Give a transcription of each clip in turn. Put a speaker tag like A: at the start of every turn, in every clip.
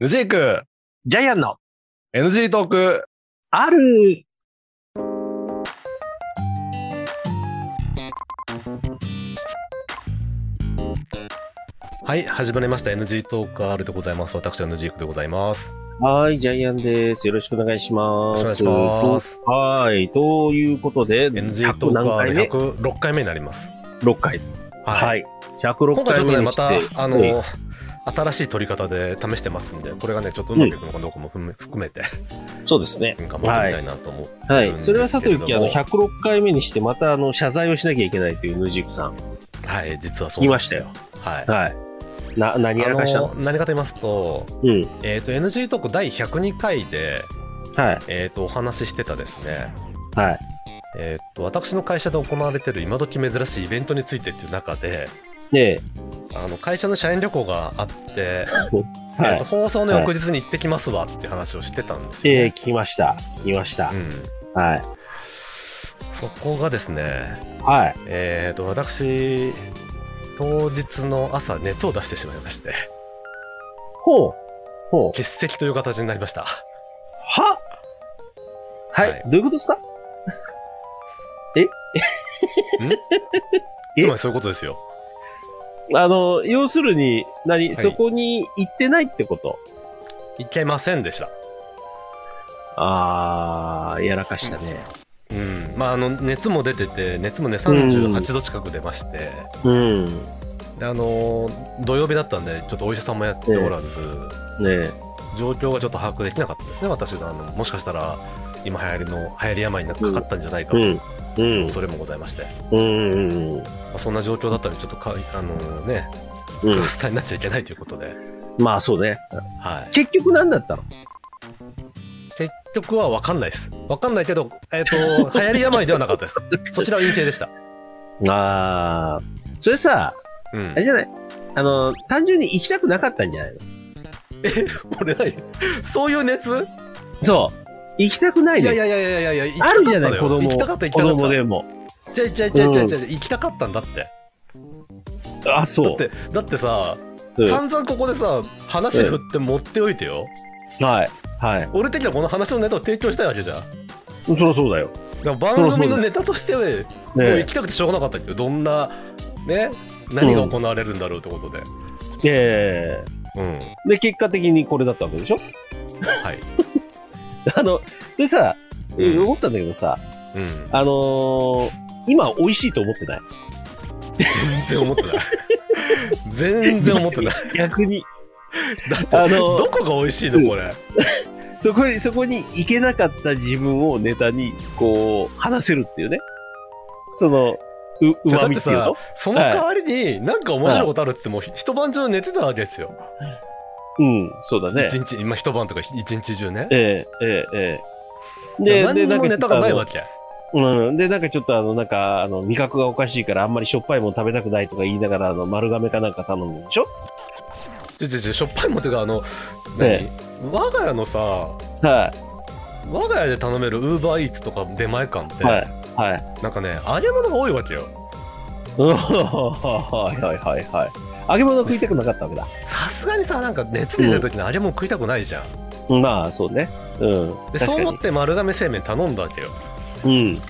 A: ヌジーク
B: ジャイアンの
A: NG トーク
B: ある
A: はい始まりました NG トーク R でございます私は NG クでございます
B: はい、ジャイアンです。よろしくお願いしま
A: よろし
B: す。
A: くお願いします
B: とはい、ということで、
A: NG トーク
B: 何回
A: R
B: 目
A: 106回目になります
B: ?6 回。
A: は
B: はいい。106
A: 今回ちょっと
B: 回目
A: ね
B: に
A: ま
B: したて、
A: あ
B: はい
A: の新しい撮り方で試してますんでこれがねちょっとうまくいくのかどうかも含め含めて
B: そうですね。
A: 頑張ってみたいなと思う
B: は
A: うん
B: い。
A: です
B: それはさとゆ
A: け
B: き、
A: れ
B: あ
A: ども
B: の、106回目にして、また、あの、謝罪をしなきゃいけないというヌジークさん。
A: はい、実はそうなんです
B: 聞
A: はい
B: はい。な、何やらかした
A: あ
B: の
A: の何かと言いますと,、
B: うん。
A: えー、と NG トーク第102回で、
B: はい。
A: えー、とお話ししてたですね
B: はい。
A: えー、と私の会社で行われてる今時珍しいイベントについてっていう中で
B: で、
A: あの会社の社員旅行があって、
B: は
A: えーと
B: い。
A: 放送の翌日に行ってきますわって話をしてたんですよ、
B: えー、
A: ね
B: 聞きました。聞きました
A: う。ん、
B: はい。
A: そこがですね、
B: はい。
A: えー、と私当日の朝熱を出してしまいまして
B: ほう。ほう。
A: 欠席という形になりました
B: ははい、
A: はい
B: どういうことですかえ
A: つまりそういうことですよ
B: あの、要するに、何、
A: い
B: そこに行ってないってこと
A: いけませんでした
B: あー、やらかしたね。
A: うんまあ、あの熱も出てて熱もね38度近く出まして、
B: うん。
A: であのー土曜日だったんでちょっとお医者さんもやっておらず、
B: ね
A: 状況がちょっと把握できなかったですね私があのもしかしたら今流行りの流行り病になんかかかったんじゃないかと、
B: うん。うん。
A: 恐れもございまして、ま
B: うん。うん。
A: あ、そんな状況だったのでちょっとかあのーね
B: う
A: ク
B: ん
A: ラ。スターになっちゃいけないということで、
B: まあ、そうね。
A: はい、
B: 結局何だったの
A: 結局は分かんないです分かんないけど、え っと流行り病ではなかったですそちらは陰性でした、
B: あー、それさ、
A: う
B: あ
A: ん
B: れ、じゃないあの、単純に行きたくなかったんじゃないの
A: 俺何そういう熱
B: そう。行きたくない
A: い
B: で
A: や
B: す。
A: いやいやいやいやいや行きた
B: あ
A: かっ
B: る
A: た
B: じゃない
A: のよ
B: 子供。
A: 行きたかった行き
B: 子
A: たかった
B: 供でも。
A: ちゃいちゃいちゃいちゃいちゃい行きたかったんだって
B: あ、
A: だ
B: そ
A: ってだってさ
B: う。うん
A: 散々ここでさ話振って持っておいてよ、
B: はい。はい。
A: 俺的にはこの話のネタを提供したいわけじゃんだか
B: そりゃそうだよ。
A: ら番組のネタとしては
B: ね
A: もう行きたくてしょうがなかったけどどんなね何が行われるんだろうってことで
B: ええ
A: うん、
B: で、結果的にこれだったわけでしょ
A: はい
B: あの、それさ、
A: うん
B: 思ったんだけどさ、
A: うん
B: あのー今美味しいと思ってない。
A: 全然思ってない 全然思ってない
B: 逆に、
A: だって、
B: あの
A: どこが美味しいのこれ、
B: そこに、そこに行けなかった自分をネタに、こう、話せるっていうね。その、う、う
A: じゃあ
B: ま
A: だっ
B: み
A: て
B: っていう
A: さ
B: の
A: その代わりになんか面白いことあるって言っても一晩中寝てたわけですよ
B: うん、そうだね
A: 一。日今一晩とか一日中ね
B: ええええええ
A: 何にもネタがないわ
B: け
A: け
B: うん、で、なんかちょっとあの、なんか、あの、味覚がおかしいから、あんまりしょっぱいもん食べたくないとか言いながら、あの、丸亀かなんか頼むんでしょ
A: ちょちょちょしょっぱいもんっていうかあの何、
B: え
A: 我が家のさ
B: は
A: 我が家で頼めるウーバーイーツとか出前館っ
B: い、
A: て、
B: はい、はい。
A: なんかね揚げ物が多いわけよ
B: うんはいはいはいはい。揚げ物食いたくなかったわけだ。
A: さすがにさなんか熱出てる時に揚げ物食いたくないじゃん、
B: まあそうね。うん。
A: でそ
B: 確
A: う
B: か
A: 思
B: に
A: っ。て丸亀製麺頼んだわけよ
B: う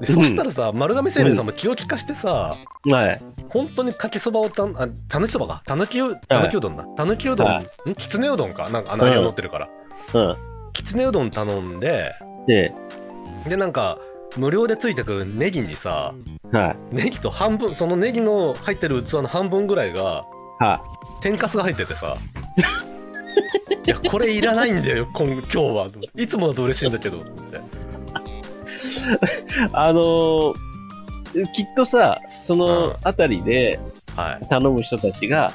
A: でそしたらさ丸亀製麺さんも気を利かしてさ、
B: ん。はい。
A: 本当にかけそばをたあたぬきそばかたぬきうたぬきうどんだたぬきうどん、
B: は
A: んきつねうどんかなんかあの揚げ物乗ってるから、
B: うん。
A: きつねうどん頼んで
B: で、
A: でなんか無料でついてくるネギにさ
B: はい。
A: ネギと半分そのネギの入ってる器の半分ぐらいが
B: は
A: 天かすが入ってて さいやこれいらないんだよ今今日はいつもだと嬉しいんだけどって
B: い。あのーきっとさ、そのあたりで
A: はい、
B: 頼む人たちが、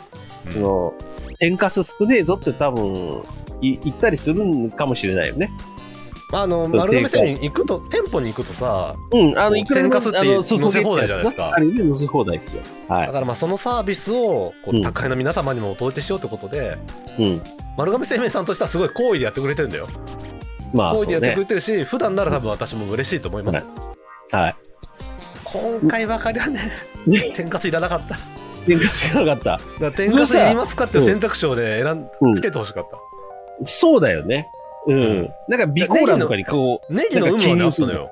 A: うん
B: その、天かす少ねえぞって多分、い言ったりするんかもしれないよね。
A: まあ、あの丸亀製に行くと店舗に行くとさ
B: うん。あの、いくらでも、
A: 天かすって
B: あの、注
A: 乗せ
B: げ
A: 放題
B: って
A: じゃ
B: や
A: な
B: つ
A: いですか
B: あれで乗せ放題ですよ。は
A: だからまあそのサービスをこ
B: う
A: うん宅配の皆様にもお届けしようってことで、
B: い。うん。
A: 丸亀製麺さんとしてはすごい好意でやってくれてるんだよ
B: まあ
A: 好
B: そ
A: 意でや
B: う
A: ってく
B: ね。
A: れてるし普段なら多分私も嬉しいと思います、
B: はい。
A: 今回ばかりはね
B: ね
A: 天かすいらなかった
B: 喧嘩してなかった。
A: だから天かすいりますかっていう選択肢をね、選ん
B: うん
A: つけてほしかった。
B: そうだよね。うん。なんか、ビコーラとかにこう、
A: ネギの有無をね、あったのよ。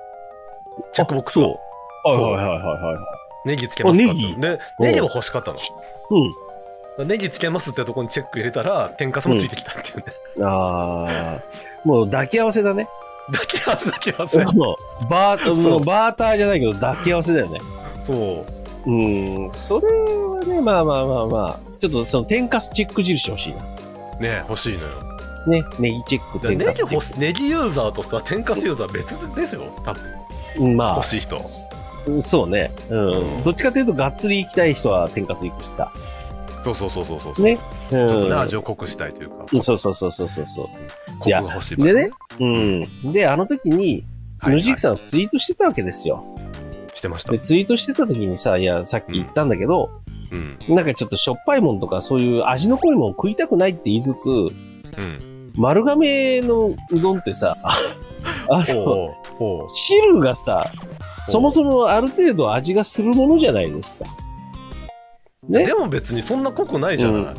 A: チェックボックスを。
B: う。はいはいはいはいはい。
A: ネギつけますかっ
B: あ
A: て。
B: ネギ
A: で、
B: うん
A: ネギを欲しかったの。
B: うん。
A: ネギつけますってとこにチェック入れたら、天かすもついてきたって いうね。
B: あー、もう抱き合わせだね。
A: 抱き合わせ抱き合わせ。
B: もうバー、
A: そ
B: も
A: う
B: うバーターじゃないけど抱き合わせだよね。
A: そう。
B: うん、それはね、まあまあまあまあ、ちょっとその天かすチェック印欲しいな。
A: ね欲しいのよ。
B: ね、ネギチェック、
A: だから
B: 天
A: ネ
B: か
A: ギ
B: すチェ
A: 欲
B: ッ
A: しネギユーザーとさ、天かすユーザーは別ですよ。多分
B: ク。うんまあ
A: 欲、しい人。
B: うんそうね。うん。どっちかというと、がっつり行きたい人は天かす行くしさ。
A: そうそうそうそうそう。
B: ね。う
A: ちょっとね、
B: ん。
A: 味を濃くしたいというか、
B: そうそうそうそうそうそ
A: コクが欲しい場
B: う。
A: 合
B: でね、うん。で、あの時に、
A: はい
B: ムジークさんはツイートしてたわけですよ。
A: してました
B: で、。ツイートしてた時にさ、いや、さっき言ったんだけど、
A: うん。
B: なんかちょっとしょっぱいもんとか、そういう味の濃いもん食いたくないって言いつつ、
A: う ん。
B: 丸亀のうどんってさ、あの、
A: おうおうおう
B: 汁がさ、そもそもある程度味がするものじゃないですか。ね
A: でも別にそんな濃くないじゃない。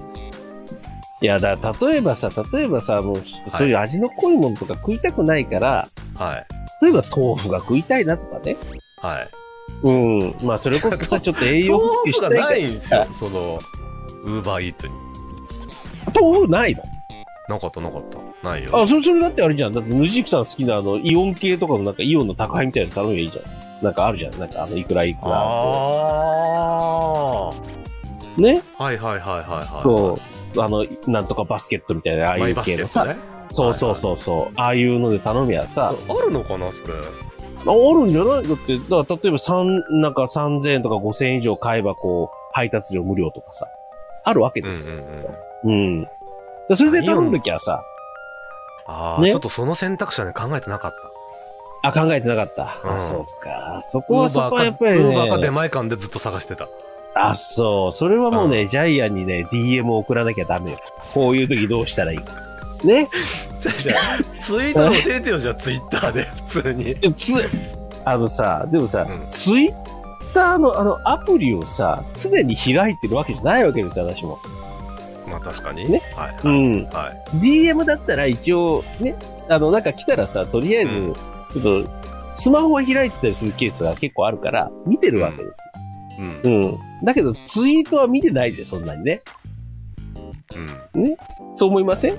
B: いや、だから例えばさ、例えばさ、もうちょっとそういう味の濃いものとか食いたくないから、
A: はい。
B: 例えば豆腐が食いたいなとかね。
A: はい。
B: うん。まあ、それこそさ、ちょっと栄養補
A: 豆
B: 給
A: 腐
B: した
A: が
B: いか
A: な
B: ら。
A: いんですよ。その、ウーバーイーツに。
B: 豆腐ないの
A: なかったなかった。ないよ。
B: あ、それ、それだってあれじゃん。だって、ヌジークさん好きなあの、イオン系とかのなんかイオンの宅配みたいなの頼めばいいじゃん。なんかあるじゃん。なんかあの、いくらいくら。
A: あ
B: ね
A: あ。はいはいはいはいはい。
B: そう。あの、なんとかバスケットみたいな、ああ
A: マ
B: い
A: イ
B: う
A: バス
B: 系
A: ケ
B: の
A: ット
B: さ。
A: ね。
B: そうそうそうそう。ああいうので頼みゃ
A: ああ
B: さ、
A: るのかな、それ。
B: あるんじゃないだって、だから例えば三なんか3000円とか5000円以上買えばこう、配達料無料とかさ、あるわけ
A: う
B: ですよ。
A: んうんうん。
B: うん。だからそれで頼むときはさ、
A: ああ、
B: ね
A: ちょっとその選択肢はね、考えてなかった。
B: あ、考えてなかった。
A: う
B: あ、
A: ん
B: そうか。そこ
A: ウ
B: は
A: ー
B: そ
A: バ
B: こはや
A: ー
B: っぱ
A: か、
B: り
A: ウーバーか出
B: ね。
A: 前館でずっと探してた。
B: あ、そう。それはもう
A: う
B: ね、ジャイアンにね、DM を送らなきゃダメよ。こういうときどうしたらいいか。ね。
A: じゃあじゃ あツイートで教えてよ、じゃあ、ツイッターで、普通に。
B: でつ、あのさ、でもさ、
A: うん
B: ツイッターのあのアプリをさ、常に開いてるわけじゃないわけですよ、私も。
A: まあ、確かに。
B: ね
A: はい。
B: う
A: はい。
B: ん。
A: はい、
B: DM だったら一応、ね、あの、なんか来たらさ、とりあえず、
A: うん
B: ちょっと、スマホは開いてたりするケースが結構あるから、見てるわけです
A: うん。
B: よ。うん。だけど、ツイートは見てないぜ、そんなにね。
A: うん。
B: そう思いません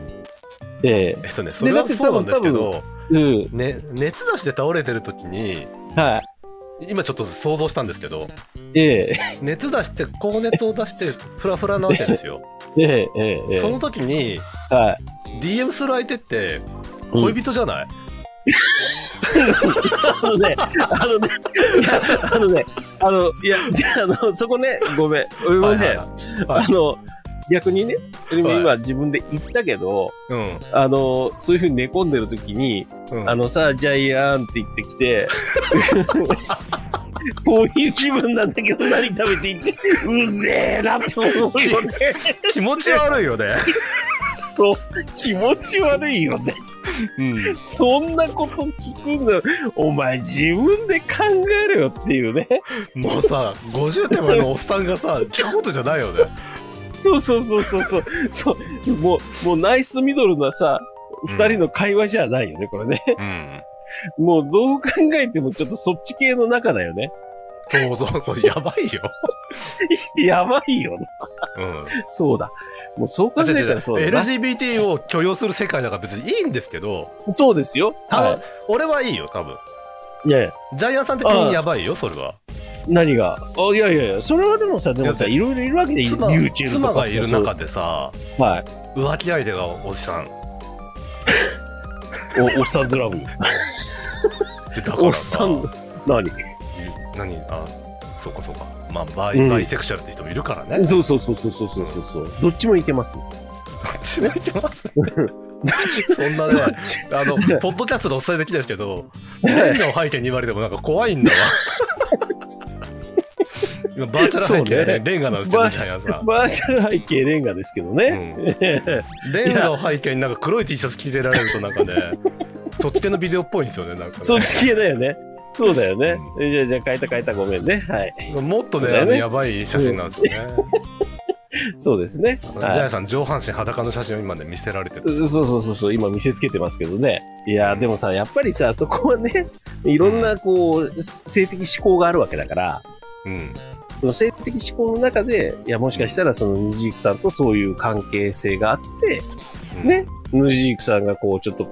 B: ええ
A: えっとね、それは
B: だって
A: そうなんですけ
B: 多
A: ど、
B: うん。
A: ね、熱出しで倒れてる時に、
B: はい。
A: 今ちょっと想像したんですけど、
B: え
A: 熱出して、高熱を出して、フラフラなわけですよ。
B: ええええ ええ
A: その時に、
B: はい。
A: DM する相手って、恋人じゃない、
B: あのね、あのね、いやあのね、あの、いや、じゃあ、あの、そこね、ごめん。俺もね、
A: はいはいはい
B: あの、逆にね、今
A: はい
B: 今自分で言ったけど、
A: うん。
B: あの、そういうふうに寝込んでる時に、
A: うん
B: あのさ、ジャイアンって言ってきて、こういう気分なんだけど何食べていいって、うぜえなって思うよね。
A: 気持ち悪いよね。
B: そう、気持ち悪いよね。
A: うん。
B: そんなこと聞くんだ。お前自分で考えろよっていうね。
A: もうさ、50手前のおっさんがさ、聞くことじゃないよ ね。
B: そうそうそうそうそう。そうもう、もうナイスミドルなさ、
A: うん
B: 二人の会話じゃないよね、これね。
A: うん。
B: もうどう考えてもちょっとそっち系の中だよね。
A: そうそうそう、やばいよ。
B: やばいよね。
A: うん。
B: そうだ。もうそう考え
A: 違う
B: た
A: 違う
B: らそうだな。
A: LGBT を許容する世界だから別にいいんですけど、
B: そうですよ。
A: あの
B: は
A: 俺はいいよ、多分。
B: い。いやいや、
A: ジャイアンさん的にやばいよ、それは。
B: 何が。あいやいやいや、それはでもさ、でもさ、
A: い
B: いろいろいるわけで、
A: 妻
B: YouTube と
A: 妻
B: か
A: が
B: さ
A: いる中でさ、
B: そうはい。
A: 浮気相手がおじさん。
B: おおっさん ずラブ。
A: でだか
B: おっ
A: らさ
B: さ、ん、何
A: 何あ、そうかそうか。まあ、バイ,、
B: うん
A: バイセクシャルって人もいるからね。
B: そうそうそうそうそうそうそうそう。どっちもいけます。どっ
A: どっちもいけます。
B: ち
A: そんなね、あの、ポッドキャストでお伝えできないですけど、
B: はい
A: 何を背景に言われてもなんか怖いんだわ。今バーチャル背景、
B: そうね
A: ね、レンガなんですけど、
B: バー
A: ジ
B: チ
A: ャイアンさん。
B: バーチャル背景レンガですけどね。
A: レンガを背景になん か黒い T シャツ着てられるとなんかね、そっち系のビデオっぽいんですよね、なんか、ね。
B: そっち系だよね。そうだよね。えじゃあ、じゃあ、変えた変えた、ごめんね。はい。
A: もっと
B: そう
A: ね
B: だ
A: あ
B: よね
A: のやばい写真なんですよね。
B: そうですね。
A: ジ
B: は
A: ャイ
B: い
A: アンさん上半身裸の写真を今ね見せられてる。
B: そうそうそうそう、今見せつけてますけどね。いやー、でもさ、やっぱりさ、そこはね、いろんなこう、性的思考があるわけだから、
A: うん。
B: その性的思考の中で、いや、もしかしたらそのヌジークさんとそういう関係性があって、
A: うん
B: ね、ヌジークさんがこう、ちょっと、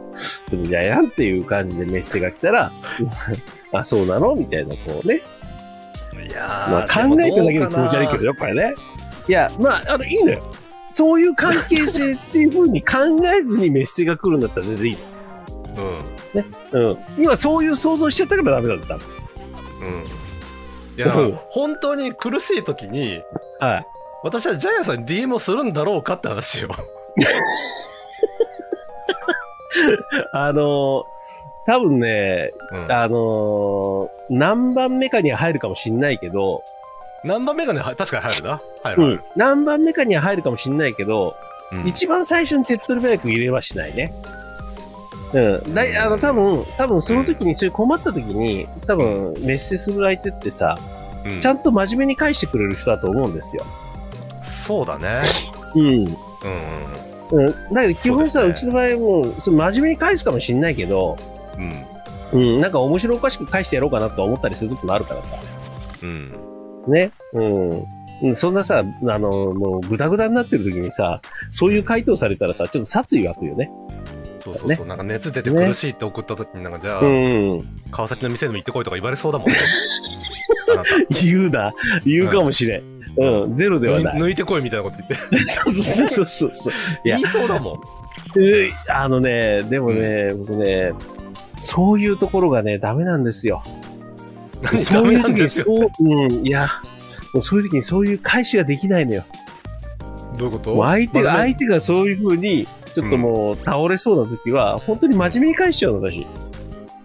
B: でもジャイアンっていう感じでメッセが来たら、 あ、そうなのみたいな、こうね、
A: い
B: ま
A: や
B: あ、
A: ー
B: 考えただけで気持ち悪いけ。
A: でもどうかな
B: ど、やっぱりね。いや、まあ、あの、いいのよ。そういう関係性っていうふうに考えずにメッセが来るんだったら全然いいのうん、今そういう想像しちゃったからダメなんだっ
A: うん。うん。いやだか
B: う
A: ら
B: ん
A: 本当に苦しい時に
B: た。はい。
A: 私はジャイアンさんに DM をするんだろうかって話を。
B: あのー多分ね、
A: うん
B: あのー何番目かには入るかもしんないけど、
A: 何番目がねは確かに入るな。入
B: う
A: る
B: ん。何番目かには入るかもしんないけど、
A: 入る。うん
B: 一番最初に手っ取り早く入れはしないね。うん。だい、あの、多分、多分その時に、そういう困った時に、多分、メッセする相手ってさ、
A: うん
B: ちゃんと真面目に返してくれる人だと思うんですよ。
A: そうだね。
B: うん。
A: うん
B: うん。だけど、基本さ、
A: そう
B: う
A: で
B: ち
A: す
B: の場合も、その真面目に返すかもしんないけど、
A: うん
B: うん、なんか面白おかしく返してやろうかなとは思ったりする時もあるからさ。
A: うんうん。
B: ね。うんうん。そんなさ、あの、もうグダグダになってる時にさ、そういう回答されたらさ、ちょっと殺意湧くよね。
A: そうそうそう。なんか熱出て苦しいって送った時になんかじゃあ
B: うん。
A: 川崎の店でも行ってこいとか言われそう だもんね。あなた
B: 言うな。言うかもしれん。うん。ゼロではない。
A: 抜いてこいみたいなこと言って。
B: そうそうそうそうそう。いや
A: 言いそうだもん。
B: ういあのね、でもね、僕ね、そういうところがね、ダメなんですよ。
A: 何
B: そうい う
A: ダメな
B: 時
A: んで
B: に、
A: す
B: そ
A: よ
B: う、うん、いや、もうそういう時にそういう返しができないのよ。
A: どういうこと
B: もう相手が、
A: 真面
B: 相手がそういう風に、ちょっともう倒れそうな時は、本当に真面目に返しちゃうの、私。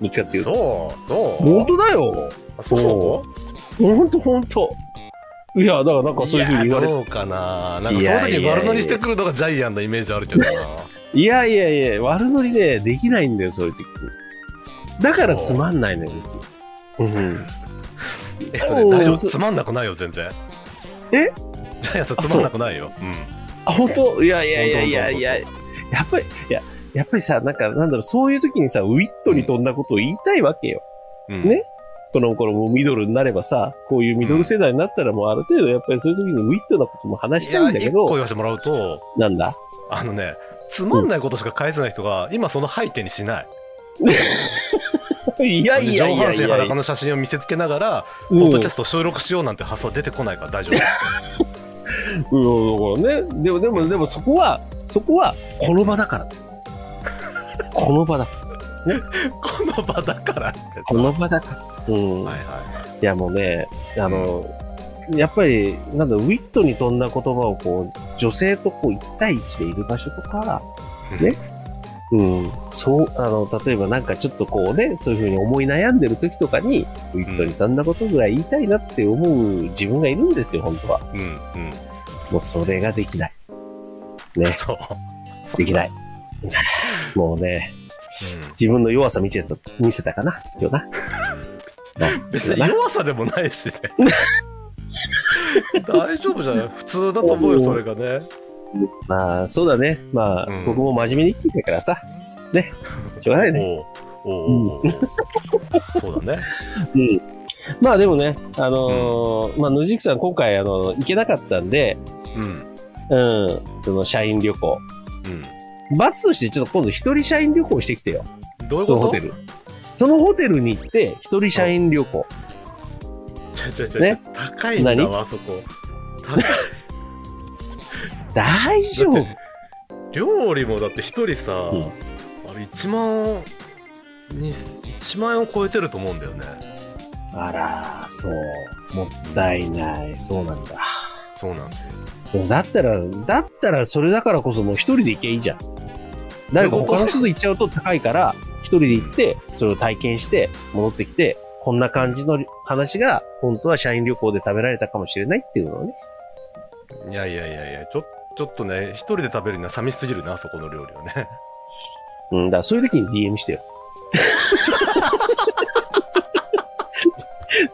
B: どっちかって
A: 目
B: いうと。
A: そう、そう。
B: 本当だよ。
A: あそう
B: 本当本当いや、だからなんかそういう風に言われ
A: い
B: て。
A: やどうかな。なんか
B: い
A: そ
B: や
A: の時
B: いや
A: 悪乗りしてくるのがジャイアンのイメージある けどな。
B: いやいやいや、悪乗りね、できないんだよ、そういう時だからつまんないのよ、僕うん。
A: えっとね、
B: おー
A: 大丈夫。
B: そう
A: つまんなくないよ、全然。
B: え
A: ジャイアンさん
B: あ
A: つまんなくないよ。うん。
B: あ、本当いやいやいやいや
A: 本
B: いや、やっぱり、いや、やっぱりさ、なんか、なんだろう、そういう時にさ、ウィットに飛んだことを言いたいわけよ。
A: うん
B: ねこの頃もうミドルになればさ、こういうミドル世代になったらもうある程度やっぱりそういう時にウィットなことも話したいんだけ
A: いや一個言
B: ど、
A: わせてもらうと、
B: なんだ
A: あのね、つまんないことしか返せない人が、今その背景にしない。
B: いやいやいや
A: 上
B: い
A: 半身
B: や
A: 裸、の写真を見せつけながら、ポ
B: うん、
A: ッ
B: う
A: ド
B: ん、
A: キャ
B: だ
A: ストを収録しようなんて発想は出てこないから大丈夫。
B: からね、でもでもでもそこは、そこはこの場だから。この場だ。
A: この場だからって。
B: この場だから。うん。
A: はい
B: い、
A: は
B: やもうね、あの、やっぱり、なんだ、ウィットに飛んだ言葉をこう、女性とこう、一対一でいる場所とか、
A: い。
B: ねうん、そう、あの、例えばなんかちょっとこうね、そういうふうに思い悩んでる時とかに、ウィットに飛んだことぐらい言いたいなって思う自分がいるんですよ、本当は。
A: うんうん。
B: もうそれができない。
A: ね
B: ね
A: そう。
B: できない。 もうね、自分の弱さ見せた、見せたかな、今日 な。
A: うん、別に弱さでもない しね。大丈夫じゃない普通だと思うよ、それがね。
B: まあ、そうだね。まあ、
A: うん
B: 僕も真面目に生きてるからさ。ね。しょうがないね。
A: おうおうおうおうそうだね。
B: うん。まあでもね、あのーまあ、野宿さん今回、あの、行けなかったんで、
A: うん。
B: うん、その社員旅行。罰としてちょっと今度一人社員旅行してきてよ。
A: うん。どういう
B: そのホ
A: こ
B: テル。そのホテルに行って、一人社員旅行。
A: とちょちょちょ、
B: ね
A: 高いんだ
B: 何
A: わ、あそこ。高い
B: 大丈夫
A: だって料理もだって一人さ、
B: うん
A: あれ1万に1万円を超えてると思うんだよね。
B: あら、そう。もったいない。そうなんだ。
A: そうなんですよ。
B: でもだったら、だったらそれだからこそもう一人で行けばいいじゃん。誰か他の人と行っちゃうと高いから、一人で行って、それを体験して、戻ってきて、こんな感じの話が、本当は社員旅行で食べられたかもしれないっていうのをね。
A: いやいやいやいや、ちょちょっとね、一人で食べるには寂しすぎるな、あそこの料理はね。
B: うん、だからそういう時に DM してよ。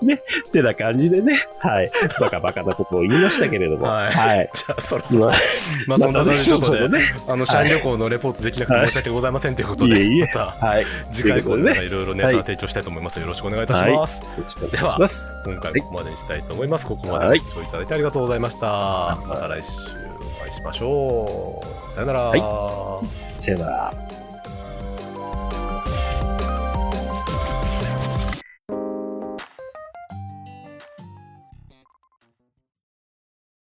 B: ね、ってな感じでね、はい。バカバカなことを言いましたけれども、
A: はい
B: はい。
A: じゃあ、そろそろ、
B: まあ、
A: まあ、そんな
B: また
A: 感
B: ね
A: じ
B: そ
A: でちょ
B: う
A: っ
B: そ
A: と
B: う
A: ね、
B: ね。
A: あの、社員旅行のレポートできなくて申し訳ございませんということ
B: い
A: で、
B: えいえ
A: また
B: はい。よ
A: 次回以降
B: ということで
A: ね、
B: ね
A: いろいろネ
B: はい
A: タ提供したいと思います。よろしくお願いいたします。
B: ろしくお願いします。
A: 今回はここまでにしたいと思います。ここまでご視聴いただいてありがとうございました。また来週お会いしましょう。さよなら。
B: さよなら。